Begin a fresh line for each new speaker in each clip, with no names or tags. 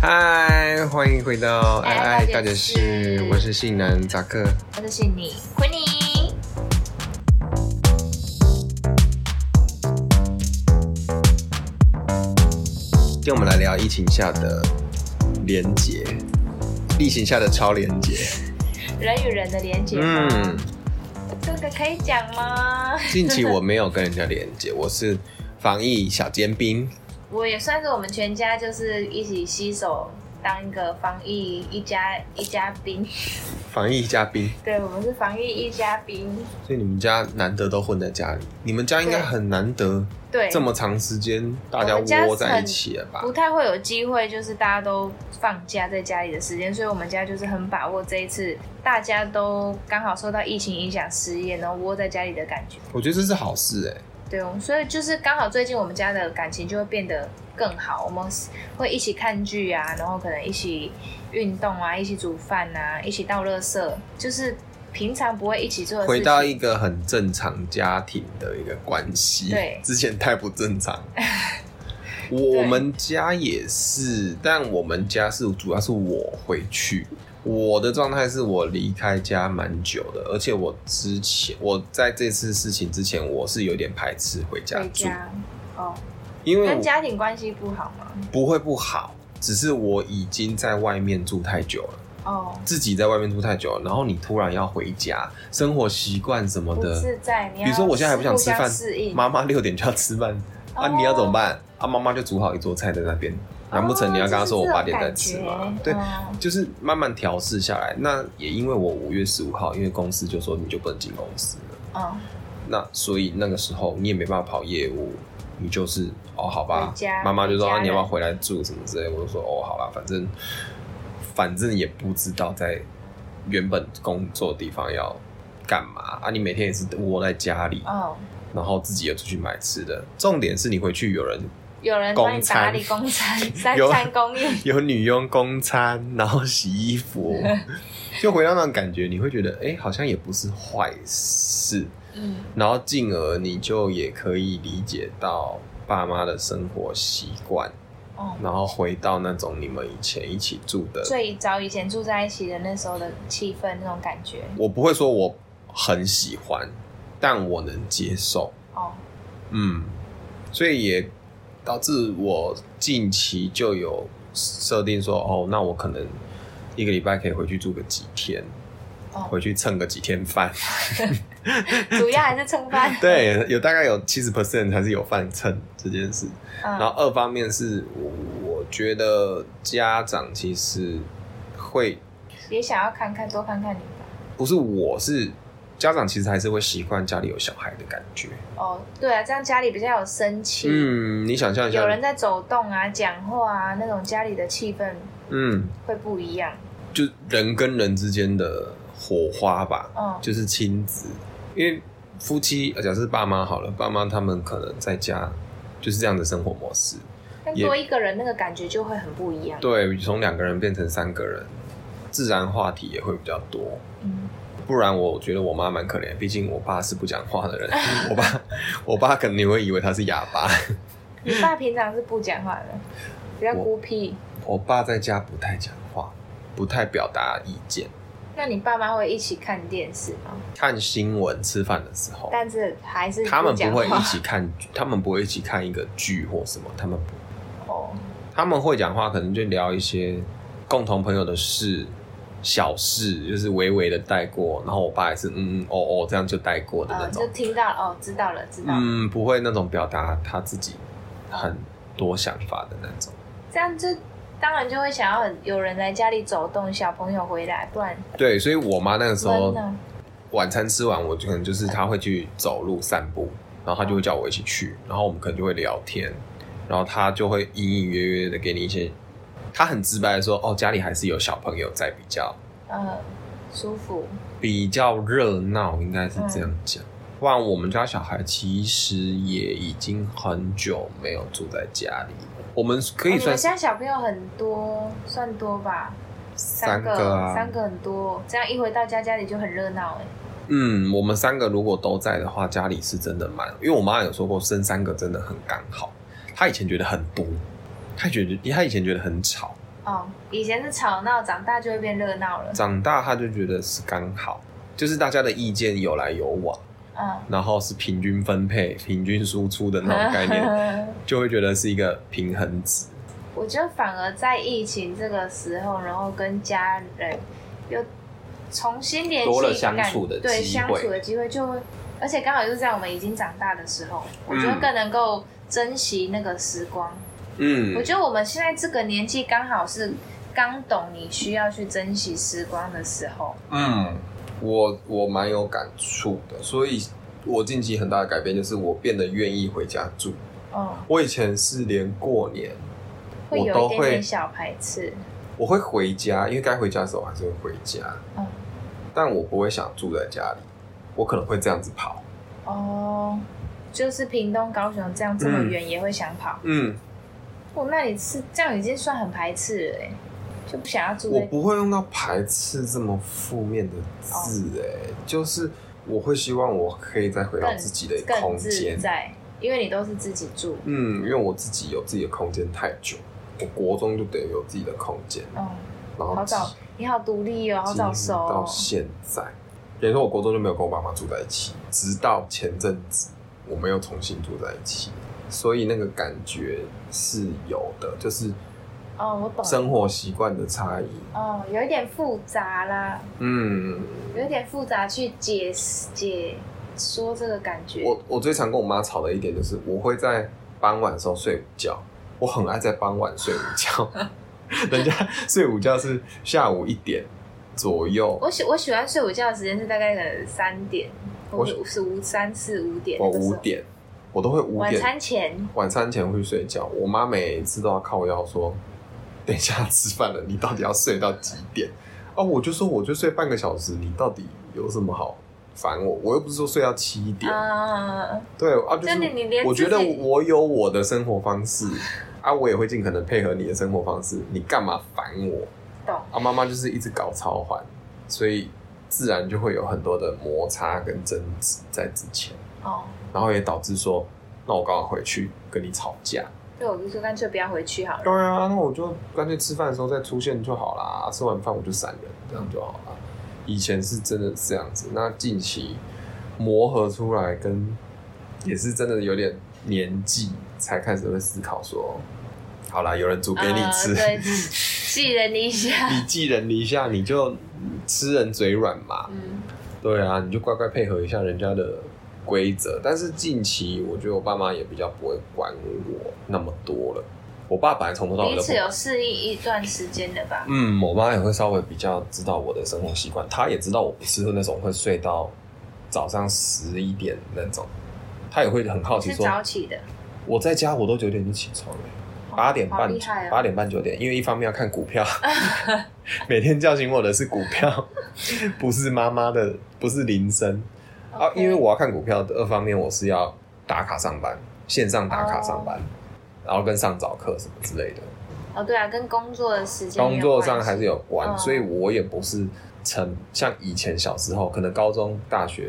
嗨，欢迎回到爱
爱
爱大
大
家
家
是
是，
我是性男扎克。
我是信你，昆尼。
今天我们来聊疫情下的连结，疫情下的超连结。
人与人的连接吗？
嗯，
这个可以讲吗？
近期我没有跟人家连结，我是防疫小尖兵。
我也算是我们全家就是一起携手当一个防疫一家一家兵，
防疫嘉宾，
对我们是防疫一家兵，
所以你们家难得都混在家里，你们家应该
对
很难得
对，
这么长时间大家
我们家
窝在
很
一起了吧
不？太会有机会，就是大家都放假在家里的时间，所以我们家就是很把握这一次，大家都刚好受到疫情影响失业，然后窝在家里的感觉。
我觉得这是好事哎、
对，我们所以就是刚好最近我们家的感情就会变得更好，我们会一起看剧啊，然后可能一起运动啊，一起煮饭啊，一起倒垃圾，就是平常不会一起做的事情。
回到一个很正常家庭的一个关系。
对
之前太不正 常。我们家也是，但我们家是主要是我回去。我的状态是我离开家蛮久的，而且我之前我在这次事情之前，我是有点排斥回家
回
住，
家哦，
因为
跟
我
家庭关系不好吗？
不会不好，只是我已经在外面住太久了，
哦，
自己在外面住太久了，然后你突然要回家，生活习惯什么
不
的，
自在。你
比如说我现在还不想吃
要
饭
适应，
妈妈六点就要吃饭，啊，
哦
你要怎么办？啊，妈妈就煮好一桌菜在那边，难不成你要跟她说我八
哦
点再吃吗？
对
对，，就是慢慢调试下来。那也因为我五月十五号，因为公司就说你就不能进公司了，
嗯，
那所以那个时候你也没办法跑业务，你就是哦，好吧
回家，
妈妈就说
回家
啊你要不要
人
回来住什么之类，我就说哦，好啦，反正反正也不知道在原本工作地方要干嘛啊，你每天也是窝在家里，
哦，
然后自己又出去买吃的。重点是你回去有人
有人帮你打理 公餐，三
有
餐供应。
有女佣供餐，然后洗衣服，就回到那种感觉，你会觉得哎、诶好像也不是坏事。
嗯，
然后进而你就也可以理解到爸妈的生活习惯，
哦，
然后回到那种你们以前一起住的。
最早以前住在一起的那时候的气氛，那种感觉。
我不会说我很喜欢，但我能接受。
哦，
嗯，所以也导致我近期就有设定说，哦，那我可能一个礼拜可以回去住个几天，
哦，
回去蹭个几天 饭。。，
主要还是蹭饭
对，有大概有七十 percent 还是有饭蹭这件事。然后
嗯，
二方面是我我觉得家长其实会
也想要看看，多看看你吧。
不是我是家长其实还是会习惯家里有小孩的感觉。
哦，对啊，这样家里比较有生气，
嗯，你想象一下，
有人在走动啊、讲话啊，那种家里的气氛
嗯，
会不一样。
就人跟人之间的火花吧。
嗯，
就是亲子，因为夫妻，呃假设是爸妈好了，爸妈他们可能在家就是这样的生活模式，
但
也
多一个人，那个感觉就会很不一样。
对，从两个人变成三个人，自然话题也会比较多。
嗯，
不然我觉得我妈蛮可怜，毕竟我爸是不讲话 的人，我爸我爸可能你会以为他是哑巴，
你爸平常是不讲话的，比较孤僻。
我爸在家不太讲话，不太表达意见，
那你爸妈会一起看电视吗？
看新闻吃饭的时候，
但是还是
他们不
讲
会
话
一起看，他们不会一起看一个剧或什么，他们不
哦，
他们会讲话，可能就聊一些共同朋友的事、小事，就是微微的带过。然后我爸也是嗯嗯哦哦这样就带过的那
呃，
种
就，听到哦，知道了，知道了。
嗯，不会那种表达他自己很多想法的那种。
这样就当然就会想要很有人来家里走动，小朋友回来，不然
对，所以我妈那个时候
闷啊呢。
晚餐吃完，我就可能就是她会去走路散步，然后她就会叫我一起去，然后我们可能就会聊天，然后她就会隐隐约约的给你一些，她很直白的说哦家里还是有小朋友在比较
呃，舒服。
比较热闹，应该是这样讲。
嗯
不然我们家小孩其实也已经很久没有住在家里，我们可以
哦你
算
们现在小朋友很多，算多吧？
三
个，
个啊，
三个很多。这样一回到家，家里就很热闹哎。
嗯，我们三个如果都在的话，家里是真的蛮，因为我妈有说过，生三个真的很刚好。她以前觉得很多，她觉得她以前觉得很吵，
哦，以前是吵闹，长大就会变热闹了。
长大他就觉得是刚好，就是大家的意见有来有往，
嗯，
然后是平均分配、平均输出的那种概 念，
嗯
就会觉得是一个平衡值。
我觉得反而在疫情这个时候，然后跟家人又重新联系，
多了相处的
感
机
对
会
相处的机会就会，而且刚好就是在我们已经长大的时候，我觉得
嗯
更能够珍惜那个时光。我
嗯，
觉得我们现在这个年纪刚好是刚懂你需要去珍惜时光的时候。
嗯，我我蛮有感触的，所以我近期很大的改变就是我变得愿意回家住。
嗯，
我以前是连过年
会
我
有
都
一点
会
点小排斥。
我会回家，因为该回家的时候我还是会回家，
嗯，
但我不会想住在家里，我可能会这样子跑。
哦，就是屏东、高雄这样这么远也会想跑。
嗯，
哦，那你是这样已经算很排斥了欸，就不想要住
我
在。
不会用到排斥这么负面的字、哎、
哦
就是我会希望我可以再回到
更
自己的
更
空
自
间。
在，因为你都是自己住。
嗯，因为我自己有自己的空间太久，我国中就得有自己的空间，
嗯，
然后
好早，你好独立哦，好早
几
熟
乎到
哦。
现在，等于说我国中就没有跟我爸妈住在一起，直到前阵子我们又重新住在一起，所以那个感觉是有的，就是
哦，我懂。
生活习惯的差异。
哦，有一点复杂啦，
嗯，
有一点复杂去解解说这个感觉。
我我最常跟我妈吵的一点就是，我会在傍晚的时候睡午觉，我很爱在傍晚睡午 觉，人家睡午觉是下午一点左右，
我喜我喜欢睡午觉的时间是大概可能三点，
我
或者是五三四五点
我
那个时
五
候。
点，我都会五
晚
点
餐前。
晚餐前会去睡觉，我妈每次都要靠腰说：“等一下吃饭了，你到底要睡到几点？”啊，我就说我就睡半个小时，你到底有什么好烦我？我又不是说睡到七点，
啊，
对啊，就
就是你你连
我
自
觉得
己
我有我的生活方式啊，我也会尽可能配合你的生活方式，你干嘛烦我？
懂
啊，妈妈就是一直搞超环，所以自然就会有很多的摩擦跟争执在之前，
哦。
然后也导致说，那我刚好回去跟你吵架。
对，我就说干脆不要回去好
对
了。
啊，那我就干脆吃饭的时候再出现就好啦，吃完饭我就闪人，这样就好啦。以前是真的是这样子，那近期磨合出来跟也是真的有点年纪才开始会思考说，好啦，有人煮给你吃，
呃、对， 寄人篱下。
你寄人篱下，你就吃人嘴软嘛。
嗯，
对啊，你就乖乖配合一下人家的规则。但是近期我觉得我爸妈也比较不会管我那么多了。我爸本来从头到尾
彼
都不
此有适应一段时间的吧？
嗯，我妈也会稍微比较知道我的生活习惯，她也知道我不是那种会睡到早上十一点那种，她也会很好奇
是
说，
早起的，
我在家我都九点就起床了、
哦
八点
好
半
厉害，
八
哦！
点半九点，因为一方面要看股票， 每天叫醒我的是股票， 不是妈妈的，不是铃声啊，
OK
因为我要看股票的。二方面我是要打卡上班，线上打卡上班，然后跟上早课什么之类的。
哦，对啊，跟工作的时间也
工
有
作
关
上还
系
是有关，
嗯
所以我也不是成像以前小时候，可能高中、大学，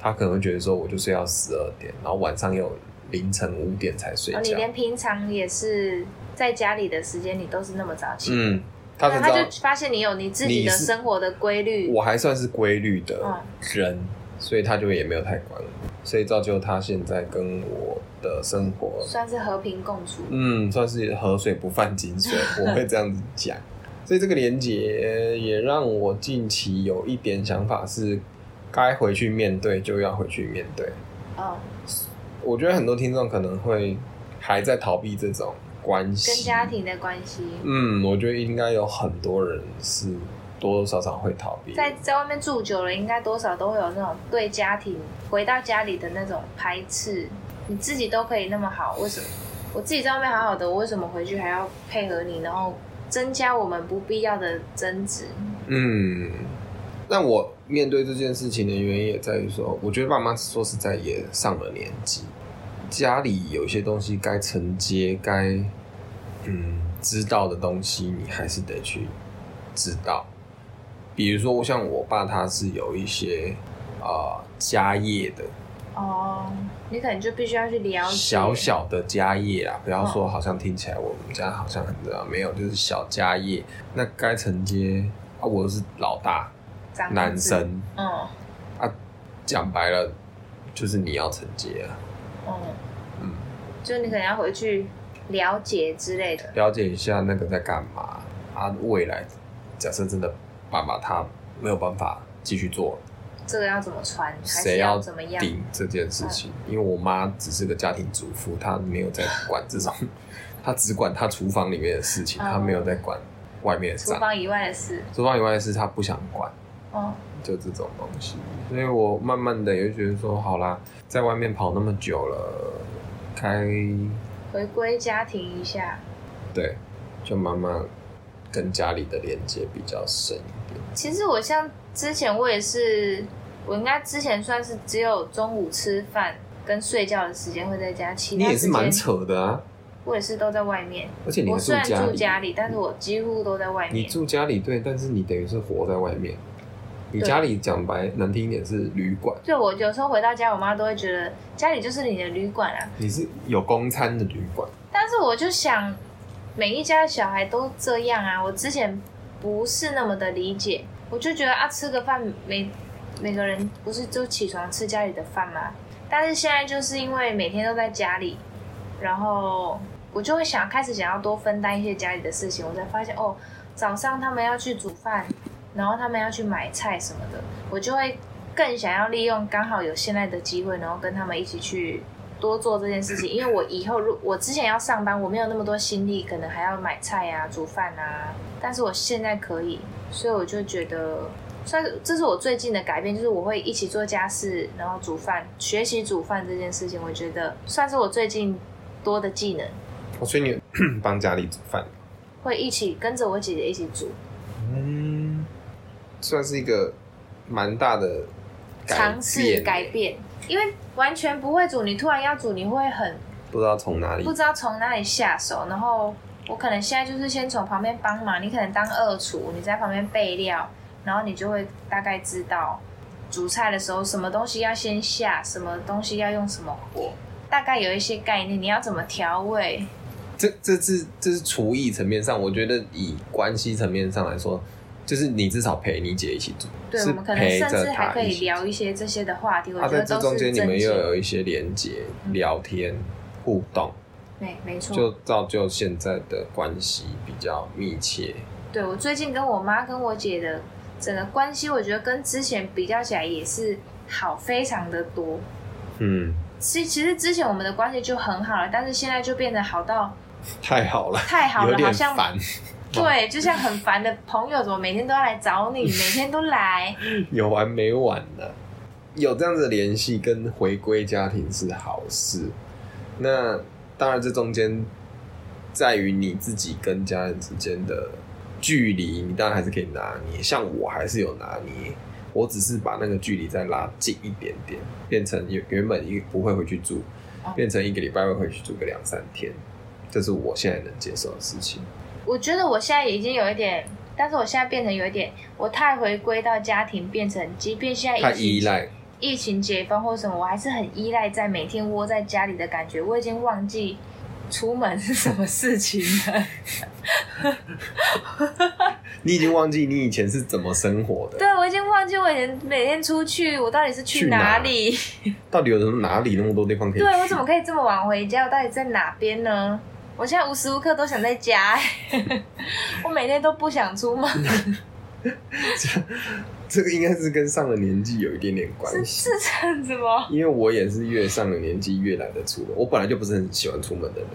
他可能会觉得说我就是要十二点，然后晚上又凌晨五点才睡
哦，你
觉。
连平常也是在家里的时间，你都是那么早起。
嗯，他
那
才
他
知道
就发现你有你自己
你
的
是
生活的规律。
我还算是规律的
嗯
人，所以他就也没有太管我，所以造就他现在跟我的生活，
算是和平共处，
嗯，算是河水不犯井 水，我会这样子讲。所以这个连结也让我近期有一点想法是，该回去面对就要回去面对。
嗯，
我觉得很多听众可能会还在逃避这种关系，
跟家庭的关系，
嗯，我觉得应该有很多人是多多少少会逃避。
在在外面住久了，应该多少都会有那种对家庭回到家里的那种排斥。你自己都可以那么好，为什么我自己在外面好好的，我为什么回去还要配合你，然后增加我们不必要的争执？
嗯，但我面对这件事情的原因也在于说，我觉得爸妈说实在也上了年纪，家里有些东西该承接、该嗯知道的东西，你还是得去知道。比如说，像我爸他是有一些啊、呃家业的，
哦，你可能就必须要去了解
小小的家业啊啦，不要说好像听起来我们家好像很知道，没有，就是小家业。那该承接啊，我是老大，
长辈
男
制，
生
嗯
啊，讲白了就是你要承接啊，
嗯，
嗯，
就你可能要回去了解之类的，
了解一下那个在干嘛啊。未来假设真的爸爸他没有办法继续做，
这个要怎么穿，还是
谁要
怎么样？嗯
顶这件事情，因为我妈只是个家庭主妇，她没有在管这种， 她只管她厨房里面的事情，
哦
她没有在管外面的
厨
账。
房以外的事，
厨房以外的事，她不想管，
哦，
就这种东西。所以我慢慢的也就觉得说，好啦，在外面跑那么久了，该
回归家庭一下，
对，就慢慢跟家里的连接比较深一点。
其实我像之前我也是，我应该之前算是只有中午吃饭跟睡觉的时间会在家，其
你
他
也是
时
蛮
间
扯的啊，
我也是都在外面。
而且你
我
还
虽然住
里，嗯
家里，但是我几乎都在外
你
面。
住家里对，但是你等于是活在外面。你
对
家里讲白难听一点是旅馆，
对我有时候回到家，我妈都会觉得家里就是你的旅馆啊。
你是有公餐的旅馆，
但是我就想，每一家小孩都这样啊。我之前不是那么的理解，我就觉得啊，吃个饭每每个人不是就起床吃家里的饭吗？但是现在就是因为每天都在家里，然后我就会想开始想要多分担一些家里的事情。我才发现哦，早上他们要去煮饭，然后他们要去买菜什么的，我就会更想要利用刚好有现在的机会，然后跟他们一起去多做这件事情。因为我以后如我之前要上班，我没有那么多心力，可能还要买菜啊、煮饭啊，但是我现在可以，所以我就觉得。算是这是我最近的改变，就是我会一起做家事，然后煮饭，学习煮饭这件事情，我觉得算是我最近多的技能，
哦所以你 帮家里煮饭，
会一起跟着我姐姐一起煮，
嗯，算是一个蛮大的改
尝试
变
改变，因为完全不会煮，你突然要煮，你会很
不知道从哪里
不知道从哪里下手。然后我可能现在就是先从旁边帮忙，你可能当二厨，你在旁边备料，然后你就会大概知道煮菜的时候什么东西要先下，什么东西要用什么火，大概有一些概念，你要怎么调味。
这这是这是厨艺层面上，我觉得以关系层面上来说，就是你至少陪你姐一起煮，
对，
是
我们可能
陪
甚
着
至还
她
可
一
以
起
聊一些这些的话题，我
啊，
觉
在
得
这
都
中
是
间你们
正
又
经。
有一些连接、
嗯
聊天、互动，
没没错，
就造就现在的关系比较密切。
对我最近跟我妈跟我姐的整个关系，我觉得跟之前比较起来也是好非常的多。
嗯，
其其实之前我们的关系就很好了，但是现在就变得好到
太好了，
太好
有
了，好
点
像
烦，
对，就像很烦的朋友，怎么每天都要来 找你，每天都来。
有完没完呢、有这样子的联系跟回归家庭是好事。那当然，这中间在于你自己跟家人之间的距离，你当然还是可以拿捏。像我还是有拿捏，我只是把那个距离再拉近一点点，变成原原本一不会回去住
哦，
变成一个礼拜会回去住个两三天，这是我现在能接受的事情。
我觉得我现在已经有一点，但是我现在变成有一点，我太回归到家庭，变成即便现在
太
疫情
依赖，
疫情解封或什么，我还是很依赖在每天窝在家里的感觉。我已经忘记出门是什么事情了。
你已经忘记你以前是怎么生活的，
对，我已经忘记我以前每天出去，我到底是去
去哪
哪里？
到底有什么哪里那么多地方可以去？
对我怎么可以这么晚回家？我到底在哪边呢？我现在无时无刻都想在家、欸 我每天都不想出门，
这个应该是跟上了年纪有一点点关
是
系
是，这样 子吗？
因为我也是越上了年纪越懒得出门。我本来就不是很喜欢出门的人，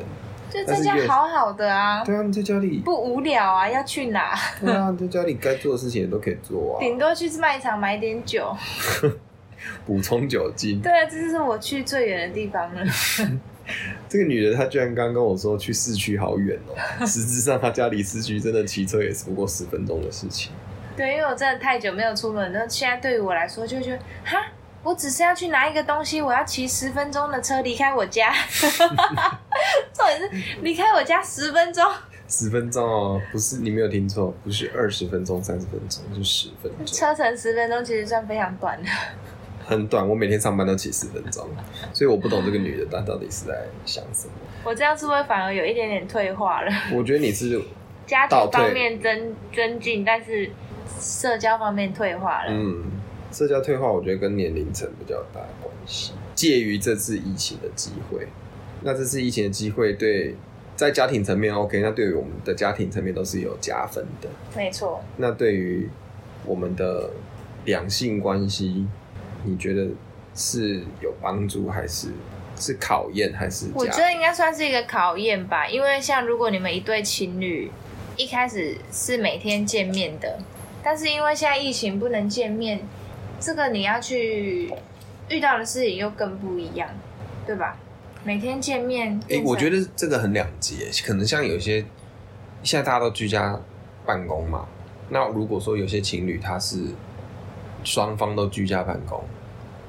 就
但
在
是
家
越
好好的啊，
对啊，你在家里，
不无聊啊，要去哪？
对啊，你在家里该做的事情也都可以做啊，
顶多去卖场买点酒。
补充酒精。
对啊，这就是我去最远的地方了。
这个女人她居然刚跟我说去市区好远哦、 实质上她家离市区真的骑车也是不过十分钟的事情。
对，因为我真的太久没有出门，那现在对于我来说，就会觉得哈，我只是要去拿一个东西，我要骑十分钟的车离开我家， 重点是离开我家十分钟，
十分钟哦、不是你没有听错，不是二十分钟、三十分钟，是十分钟。
车程十分钟其实算非常短的。
很短，我每天上班都骑十分钟，所以我不懂这个女的她到底是在想什么。
我这样是不是反而有一点点退化了？
我觉得你是
家
倒
庭
退
方面增增进，但是社交方面退化了。
嗯，社交退化，我觉得跟年龄层比较大的关系。介于这次疫情的机会，那这次疫情的机会对在家庭层面 OK，那对于我们的家庭层面都是有加分的。
没错，
那对于我们的两性关系，你觉得是有帮助还是是考验还是
我
加
觉得应该算是一个考验吧，因为像如果你们一对情侣一开始是每天见面的，但是因为现在疫情不能见面，这个你要去遇到的事情又更不一样，对吧？每天见面，
诶、
变成
我觉得这个很两极耶，可能像有些现在大家都居家办公嘛，那如果说有些情侣他是双方都居家办公，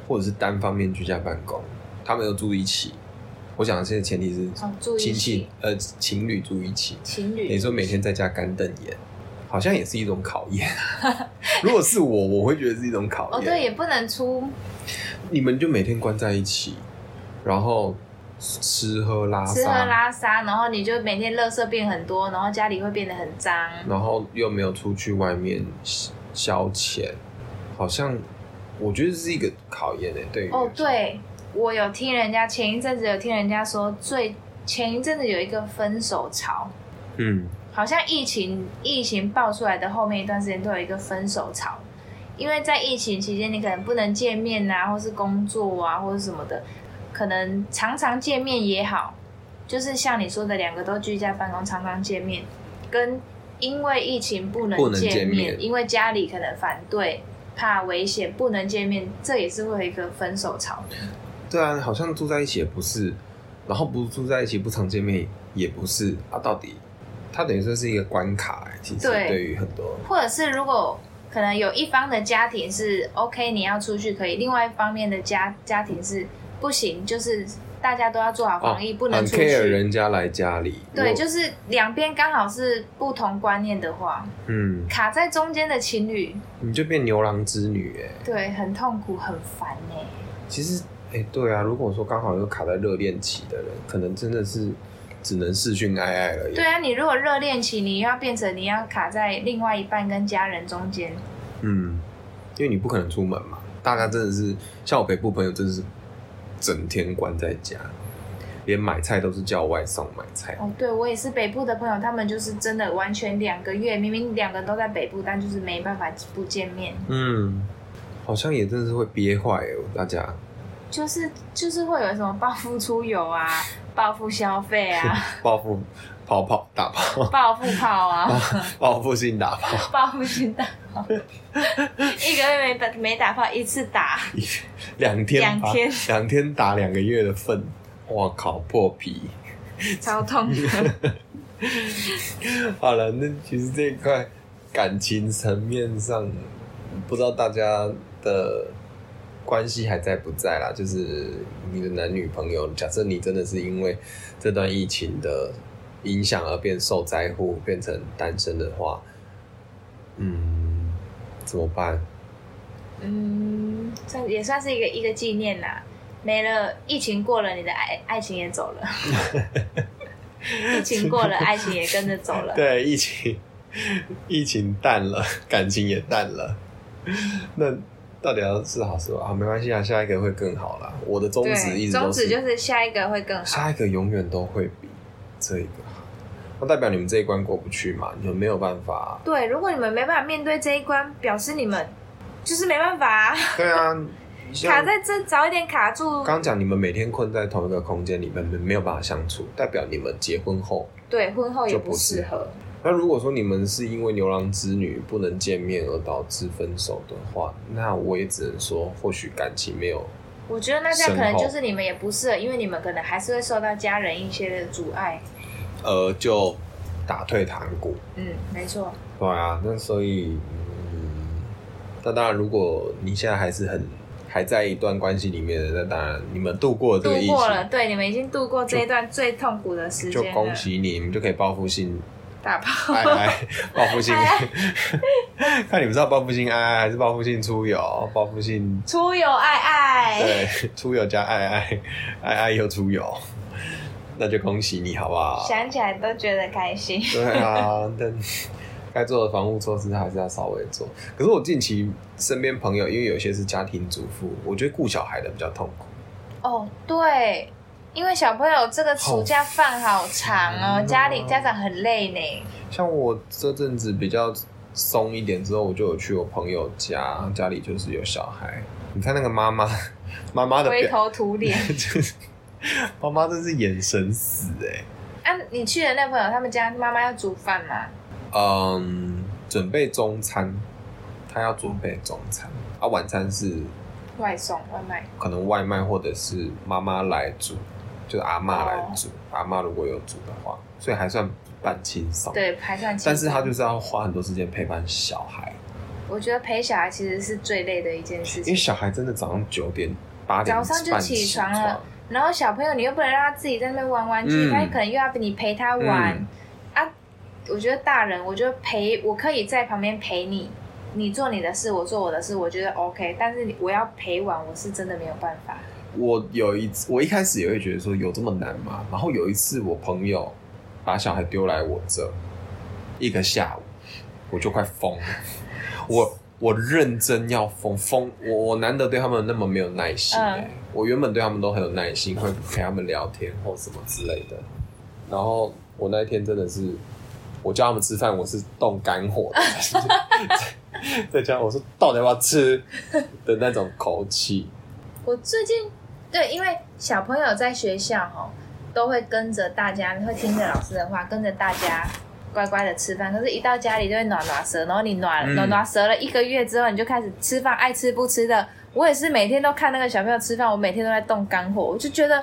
或者是单方面居家办公，他们又住一起，我想现在前提是
哦住一
亲戚、
起
呃情侣住一起，
情侣，
你说每天在家干瞪眼，好像也是一种考 验。如果是我，我会觉得是一种考
哦
验。
对，也不能出
你们就每天关在一起，然后吃喝拉撒，
吃喝拉撒，然后你就每天垃圾变很多，然后家里会变得很脏。
然后又没有出去外面消消遣，好像我觉得是一个考验诶、对于
哦，对，我有听人家前一阵子有听人家说，最前一阵子有一个分手潮，
嗯，
好像疫情疫情爆出来的后面一段时间都有一个分手潮，因为在疫情期间你可能不能见面啊，或是工作啊，或者什么的，可能常常见面也好，就是像你说的两个都居家办公，常常见面，跟因为疫情不
不
能
能见面
因为家里可能反对。怕危险不能见面，这也是会有一个分手潮。
对啊，好像住在一起也不是，然后不住在一起不常见面也不是，啊，到底它等于说是一个关卡诶、其实
对
对于很多
或者是如果可能有一方的家庭是 OK，你要出去可以，另外一方面的家家庭是不行，就是大家都要做好防疫，不
哦
能
很
出
care
去。
人家来家里，
对，
我
就是两边刚好是不同观念的话，
嗯，
卡在中间的情侣，
你就变牛郎织女诶、
对，很痛苦，很烦欸呢、
其实，哎、对啊，如果说刚好又卡在热恋期的人，可能真的是只能视讯爱爱而已。
对啊，你如果热恋期，你要变成你要卡在另外一半跟家人中间，
嗯，因为你不可能出门嘛，大家真的是像我北部朋友，真的是整天关在家，连买菜都是叫外送买菜。
哦，对我也是北部的朋友，他们就是真的完全两个月，明明两个都在北部，但就是没办法不见面。
嗯，好像也真的是会憋坏哦，大家。
就是就是会有什么报复出游啊，报复消费啊，
报复跑跑打炮，
报复炮啊，
报复性打炮，
报复性打炮，一个月没打没打炮，一次打，
两天吧
两天
两天打两个月的份，哇靠，破皮。
超痛的。
好了，那其实这一块感情层面上，不知道大家的关系还在不在啦？就是你的男女朋友，假设你真的是因为这段疫情的影响而变受灾户，变成单身的话，嗯，怎么办？
嗯，算也算是一个一个纪念啦。没了，疫情过了，你的爱爱情也走了。疫情过了，爱情也跟着走 了。
对，疫情疫情淡了，感情也淡了，那。到底要是好是吧？好，没关系啊，下一个会更好啦。我的宗旨一
对，
直都
宗
是
旨就是下一个会更好。
下一个永远都会比这一个好。那代表你们这一关过不去嘛？你们没有办法、
对，如果你们没办法面对这一关，表示你们就是没办法、啊。
对啊，像
卡在这早一点卡住，
刚讲你们每天困在同一个空间里面，你们没有办法相处，代表你们结婚后。
对婚后也
就不
不适
适
合。
那如果说你们是因为牛郎织女不能见面而导致分手的话，那我也只能说，或许感情没有
我觉得那这样可
身
能
后
就是你们也不适合，因为你们可能还是会受到家人一些的阻碍。
呃就打退堂鼓。
嗯，没错，
对啊，那所以，嗯，那当然，如果你现在还是很还在一段关系里面的，那当然你们度过了这
度
个疫情
过，了，对，你们已经度过这一段最痛苦的时
就
间了
恭。喜你，你们就可以报复性
大炮，
哎哎，报复性， 看你们是要报复性爱爱，还是报复性出游？报复性
出游爱爱，
对，出游加爱爱，爱爱又出游，那就恭喜你好不好？
想起来都觉得开心。
对啊，但 该做的防护措施还是要稍微做。可是我近期身边朋友，因为有些是家庭主妇，我觉得顾小孩的比较痛苦。
哦，对，因为小朋友这个暑假放好长
好
哦，
烦哦
家里家长很累呢。
像我这阵子比较松一点之后，我就有去我朋友家，家里就是有小孩。你看那个妈妈，妈妈的
灰
表，
头土脸
就是妈妈真是眼神死哎、
啊！你去的那朋友他们家妈妈要煮饭吗？
嗯，准备中餐，她要准备中餐，啊，晚餐是
外送外卖，
可能外卖或者是妈妈来煮，就是阿嬷来煮，阿嬷如果有煮的话，所以还算半轻松。，
对，还算轻松。
但是她就是要花很多时间陪伴小孩。
我觉得陪小孩其实是最累的一件事
因为
情。
小孩真的早上九点、八点
早上就
半
起
床
床了，然后小朋友你又不能让他自己在那边玩玩具，
嗯
他可能又要你陪他玩、
嗯
啊。我觉得大人，我觉得陪我可以在旁边陪你，你做你的事，我做我的事，我觉得 OK。但是你我要陪玩，我是真的没有办法。
我有一次，我一开始也会觉得说有这么难吗？然后有一次，我朋友把小孩丢来我这，一个下午，我就快疯了。我我认真要疯疯，我我难得对他们那么没有耐心、欸。
嗯
我原本对他们都很有耐心，会陪他们聊天或什么之类的。然后我那一天真的是，我叫他们吃饭，我是动肝火 的，在家我说到底要不要吃的那种口气。
我最近对，因为小朋友在学校哦，都会跟着大家，会听着老师的话，跟着大家乖乖的吃饭。可是，一到家里就会暖暖舌，然后你暖
嗯
暖暖舌了一个月之后，你就开始吃饭，爱吃不吃的。我也是每天都看那个小朋友吃饭，我每天都在动肝火，我就觉得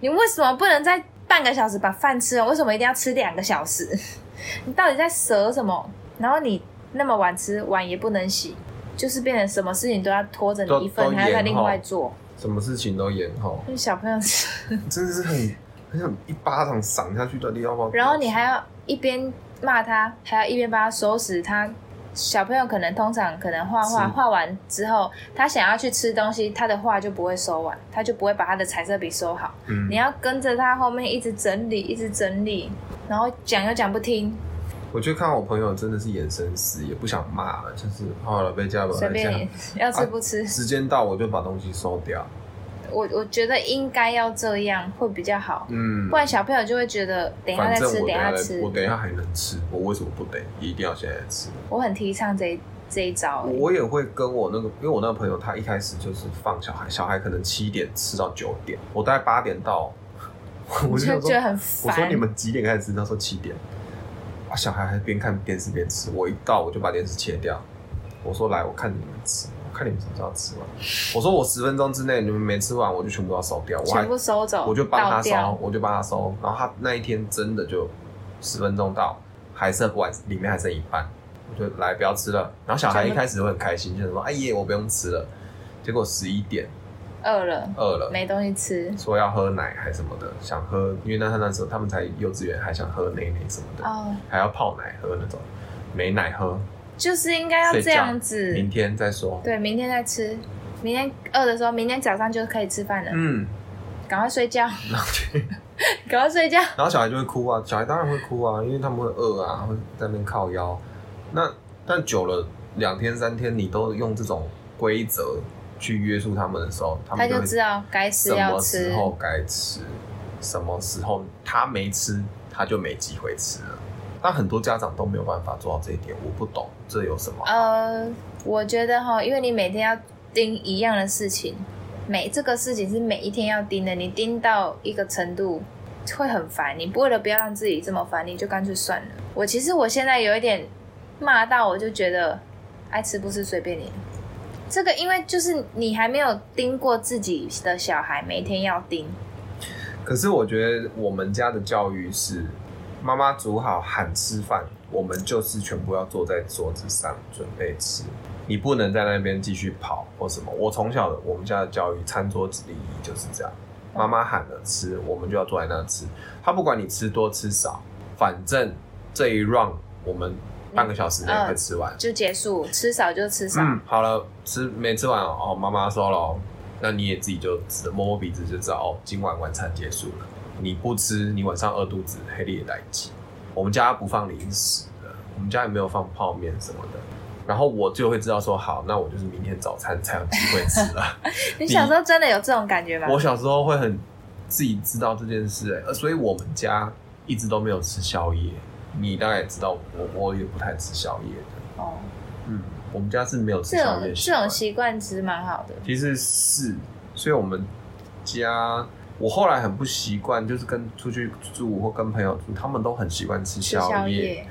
你为什么不能在半个小时把饭吃完？为什么一定要吃两个小时？ 你到底在折什么？然后你那么晚吃，碗也不能洗，就是变成什么事情都要拖着
都
你一份，
都
还要再
延
另
后
外做。
什么事情都延后，
就是小朋友吃，
真的是很很想一巴掌赏下去，到底要不要？
然后你还要一边骂他，还要一边帮他收拾他。小朋友可能通常可能画画，
是
画完之后，他想要去吃东西，他的画就不会收完，他就不会把他的彩色笔收好。
嗯
你要跟着他后面一直整理，一直整理，然后讲又讲不听，
我就看我朋友真的是眼神死，也不想骂了，就是好了被家吧，
随便
这
你
样
要吃不吃。
时间到我就把东西收掉，
我我觉得应该要这样会比较好，
嗯
不，然小朋友就会觉得等一下
反
再
正我
吃，等一下
下
吃。
我等一下还能吃，我为什么不等？一定要现在吃？
我很提倡这一这一招、欸
我也会跟我那个，因为我那个朋友他一开始就是放小孩，小孩可能七点吃到九点，我大概八点到，我就
欸就
想
觉
说。
得很
我
烦。
说你们几点开始吃？他说七点。啊，小孩还边看电视边吃。我一到我就把电视切掉。我说来，我看你们吃，我看你们什么时候吃完。我说我十分钟之内你们没吃完，我就全部要收掉。我还
全部收走，
我就帮他
倒掉
收，我就帮他收。然后他那一天真的就十分钟到，还剩晚里面还剩一半，我就来不要吃了。然后小孩一开始会很开心，就是说哎耶，我不用吃了。结果十一点
饿了，
饿了，
没东西吃。
说要喝奶还什么的，想喝，因为那他那时候他们才幼稚园，还想喝奶奶什么的，
哦，
还要泡奶喝那种，没奶喝，
就是应该要这样子。
明天再说。
对，明天再吃。明天饿的时候，明天早上就可以吃饭了，
嗯，
赶快睡觉，
然后就
赶快睡觉。
然后小孩就会哭啊，小孩当然会哭啊，因为他们会饿啊，会在那边靠腰。那但久了两天三天，你都用这种规则去约束他们的时候，他
他
们
就
会
知道该吃
什
要
么
吃
时。候该吃，什么时候他没吃，他就没机会吃了。但很多家长都没有办法做到这一点，我不懂这有什么好。
呃，我觉得哈，因为你每天要盯一样的事情，每这个事情是每一天要盯的，你盯到一个程度会很烦。你为了不要让自己这么烦，你就干脆算了。我其实我现在有一点骂到，我就觉得爱吃不吃随便你。这个因为就是你还没有盯过自己的小孩，每天要盯，
可是我觉得我们家的教育是，妈妈煮好喊吃饭，我们就是全部要坐在桌子上准备吃，你不能在那边继续跑或什么。我从小的我们家的教育餐桌礼仪就是这样，妈妈喊了吃，我们就要坐在那吃。她不管你吃多吃少，反正这一 round 我们半个小时内会吃完。
就结束，吃少就吃少。
嗯，好了，吃没吃完哦，哦妈妈收了哦，那你也自己就只摸摸鼻子就知道哦，今晚晚餐结束了。你不吃，你晚上饿肚子，黑力也来急。我们家不放零食的，我们家也没有放泡面什么的。然后我就会知道说，好，那我就是明天早餐才有机会吃了。
你小时候真的有这种感觉吗？
我小时候会很自己知道这件事、欸，呃，所以我们家一直都没有吃宵夜。你大概也知道我，我我也不太吃宵夜的。
哦，
嗯，我们家是没有吃
这
宵
种
夜习
这种
惯。
习惯其实蛮好的。
其实是，所以我们家我后来很不习惯，就是跟出去住或跟朋友住，他们都很习惯吃
吃宵夜，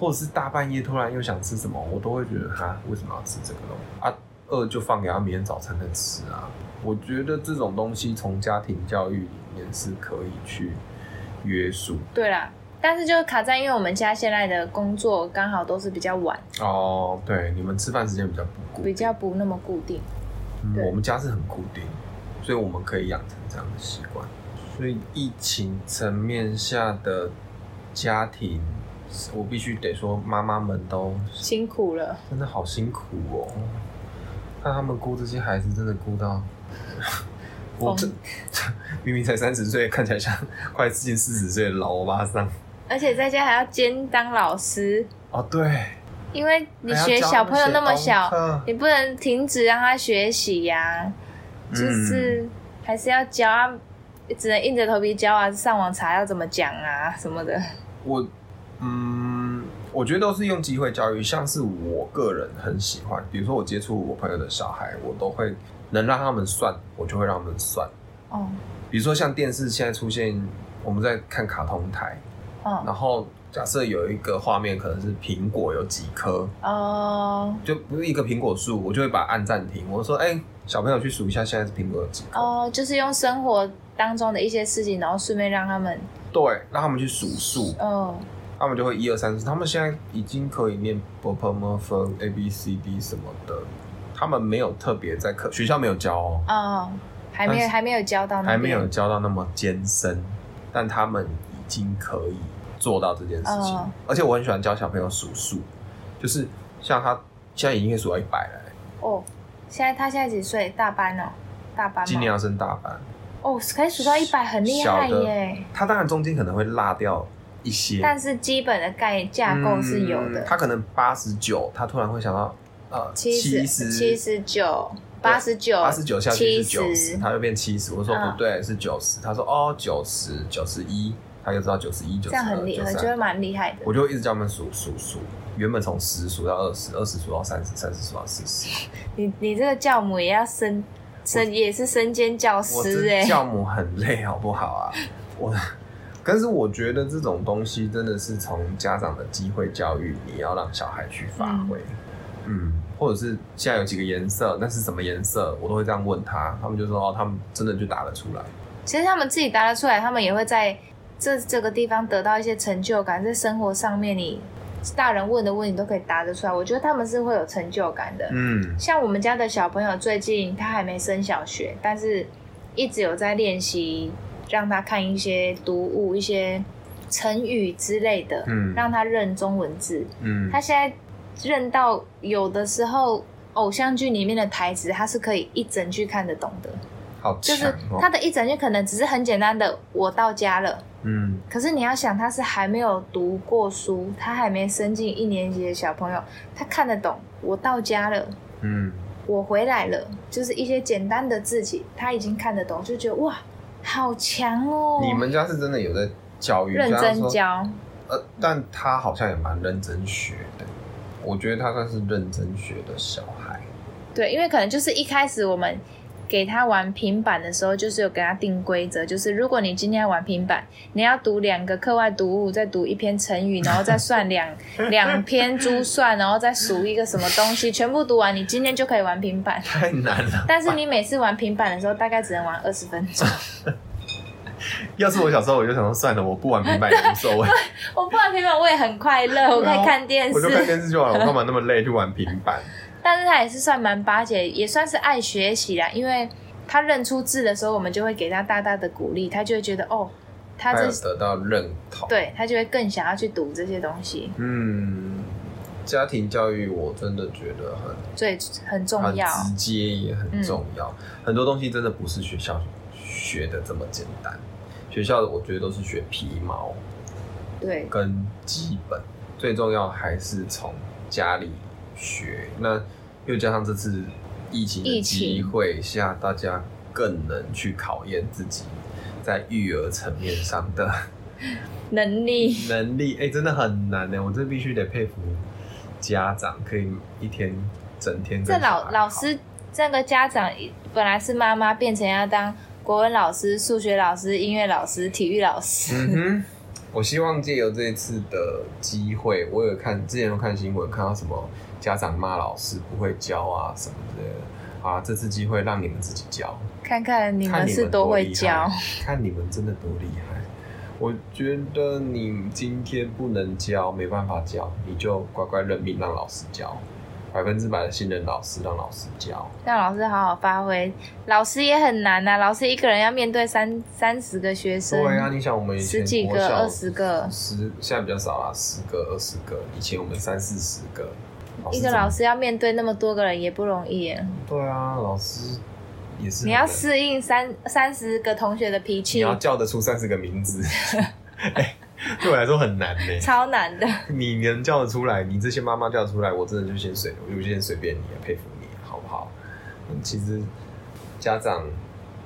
或者是大半夜突然又想吃什么，我都会觉得哈，为什么要吃这个东西啊？饿就放给他明天早餐再吃啊。我觉得这种东西从家庭教育里面是可以去约束
对啦。但是就卡在，因为我们家现在的工作刚好都是比较晚，
哦。对，你们吃饭时间比较不固
比
定，
较不那么固定。
嗯
对
我们家是很固定，所以我们可以养成这样的习惯。所以疫情层面下的家庭，我必须得说，妈妈们都
辛苦了，
真的好辛苦哦。看他们顾这些孩子，真的顾 到我这 明明才三十岁，看起来像快接近四十岁的老欧巴桑。
而且在家还要兼当老师，
哦，对，哎
因为你
还要
学
教他
小
们
朋友
写
那么
功
小，
课
你不能停止让他学习呀、
嗯
就是还是要教啊，只能硬着头皮教啊，上网查要怎么讲啊什么的。
我，嗯，我觉得都是用机会教育。像是我个人很喜欢，比如说我接触我朋友的小孩，我都会能让他们算，我就会让他们算。
哦，
比如说像电视现在出现，我们在看卡通台，
哦，
然后假设有一个画面可能是苹果有几颗，
哦，
就不是一个苹果树，我就会把它按暂停。我说，哎、小朋友去数一下现在是苹果有几颗。
哦，就是用生活当中的一些事情，然后顺便让他们，
对，让他们去数数，
哦，
他们就会一二三四。他们现在已经可以念 b p m f a b c d 什么的，他们没有特别在课学校没有教哦，
哦，还没
但
有
是
还没有教到那边，
还没有教到那么艰深，但他们已经可以做到这件事情。
嗯
而且我很喜欢教小朋友数数，就是像他现在已经可以数到一百了、
哦。现在他现在几岁？大班哦，大班吗？
今年要升大班。
哦，可以数到一百，很厉
小
害
的
耶！
他当然中间可能会落掉一些，
但是基本的概架构是有的。
嗯他可能八十九，他突然会想到呃
七十
十
七十九八十九
八十九下去是九十，
70
他就变七十。我说
哦嗯
不对，是九十。他说哦九十九十一，他就知道九十一九十
这样
二
很厉
九
害，
十
就会
三。
蛮厉害的。
我就一直叫他们数数数，原本从十数到二十，二十数到三十，三十数到四十。
你你这个教母也要身身也是身兼教
我
师哎、
这教母很累，好不好啊？我，但是我觉得这种东西真的是从家长的机会教育，你要让小孩去发挥。嗯或者是现在有几个颜色，那是什么颜色，我都会这样问他，他们就说哦，他们真的就答得出来。
其实他们自己答得出来，他们也会在这这个地方得到一些成就感，在生活上面你大人问的问题都可以答得出来，我觉得他们是会有成就感的。
嗯，
像我们家的小朋友最近他还没升小学，但是一直有在练习，让他看一些读物、一些成语之类的，
嗯
让他认中文字。
嗯
他现在认到有的时候偶像剧里面的台词，他是可以一整句看得懂的，
好
就
强
是
哦、
他的一整句可能只是很简单的“我到家了”，
嗯
可是你要想，他是还没有读过书，他还没升进一年级的小朋友，他看得懂“我到家了”。
嗯，
我回来了，就是一些简单的字己，他已经看得懂，就觉得哇，好强哦！
你们家是真的有在教育，
认
虽然
真
说
教，
呃，但他好像也蛮认真学的，我觉得他算是认真学的小孩。
对，因为可能就是一开始我们给他玩平板的时候，就是有给他定规则，就是如果你今天要玩平板，你要读两个课外读物，再读一篇成语，然后再算两 两篇珠算，然后再数一个什么东西，全部读完，你今天就可以玩平板。
太难了。
但是你每次玩平板的时候，大概只能玩二十分钟。
要是我小时候，我就想说算了，我不玩平板也无 所谓，
我不玩平板，我也很快乐，我可以看电视，
啊我就看电视就好了，我干嘛那么累去玩平板？
但是他也是算蛮巴结，也算是爱学习啦。因为他认出字的时候，我们就会给他大大的鼓励，他就会觉得哦，他
还
这
有得到认同。，
对他就会更想要去读这些东西，
嗯，家庭教育我真的觉得很
所以很重
很
要。嗯
直接也很重要。很多东西真的不是学校学的这么简单，学校的我觉得都是学皮毛
对，
跟基本，最重要还是从家里学。那又加上这次疫情的
疫情
机会下，大家更能去考验自己在育儿层面上的
能力
能力。哎、真的很难呢、我真的必须得佩服家长，可以一天整天
这
跟小
老
孩好
老师这个家长本来是妈妈，变成要当国文老师、数学老师、音乐老师、体育老师。
嗯哼，我希望借由这次的机会，我有看之前有看新闻，看到什么家长骂老师不会教啊什么之类的啊，这次机会让你们自己教，
看看你
看
们
你
是
们
多会
厉害
教，，
看你们真的多厉害。我觉得你今天不能教，没办法教，你就乖乖认命，让老师教，百分之百的信任老师，让老师教。
让老师好好发挥。老师也很难呐、老师一个人要面对三三十个学生，
对啊，你想我们以前
十几
国
个、
小
二十个，
十现在比较少啦，十个、二十个，以前我们三四十个。
一个
怎么
老师要面对那么多个人也不容易耶。
对啊，老师也是很
你要
难
适应三三十个同学的脾
你
气
要，叫得出三十个名 字，哎对我来说很难呢、
超难的。
你能叫得出来，你这些妈妈叫得出来，我真的就先随，我就先随便你，啊佩服你，好不好？嗯，其实家长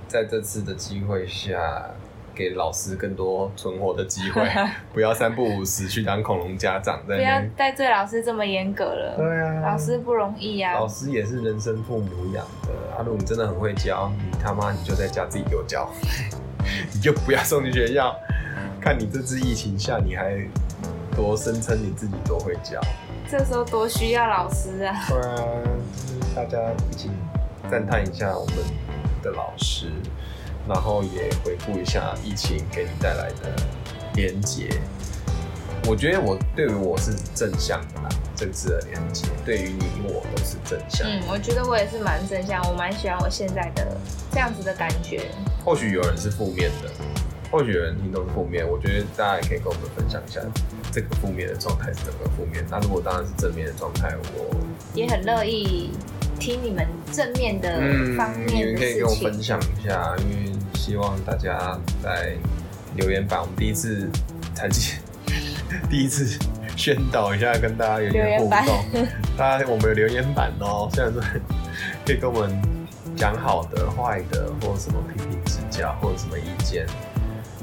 在这次的机会下，给老师更多存活的机 会，不要三不五时去当恐龙家长，在那
不要
边
再对老师这么严格了，
对啊，
老师不容易啊
老。师也是人生父母养的。阿、如果你真的很会教，你他妈你就在家自己给我教， 你就不要送去学校。看你这次疫情下，你还多声称你自己多会教。
这时候多需要老师啊！
对啊，大家一起赞叹一下我们的老师，然后也回顾一下疫情给你带来的连结。我觉得我对于我是正向的啦，这次的连结对于你我都是正向的
嗯，我觉得我也是蛮正向，我蛮喜欢我现在的这样子的感觉。
或许有人是负面的，或许有人听都是负面。我觉得大家也可以跟我们分享一下这个负面的状态是怎么个负面。那如果当然是正面的状态，我
也很乐意听你们正面的方
嗯你
面
们
的
可以
事
跟我
情。
分享一下，因为希望大家在留言板，我们第一次才记， 第一次宣导一下，跟大家有点
留
互
言板
动。 大家我们有留言板哦，虽然说可以跟我们讲好的、坏的，或什么批评指教，或者什么意见、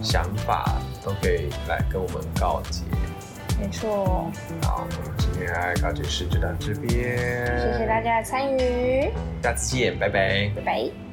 想法，都可以来跟我们告诫。
没错，
好，那我们今天的告诫室就到这边，
谢谢大，家的参与，
下次见，拜拜。
拜拜。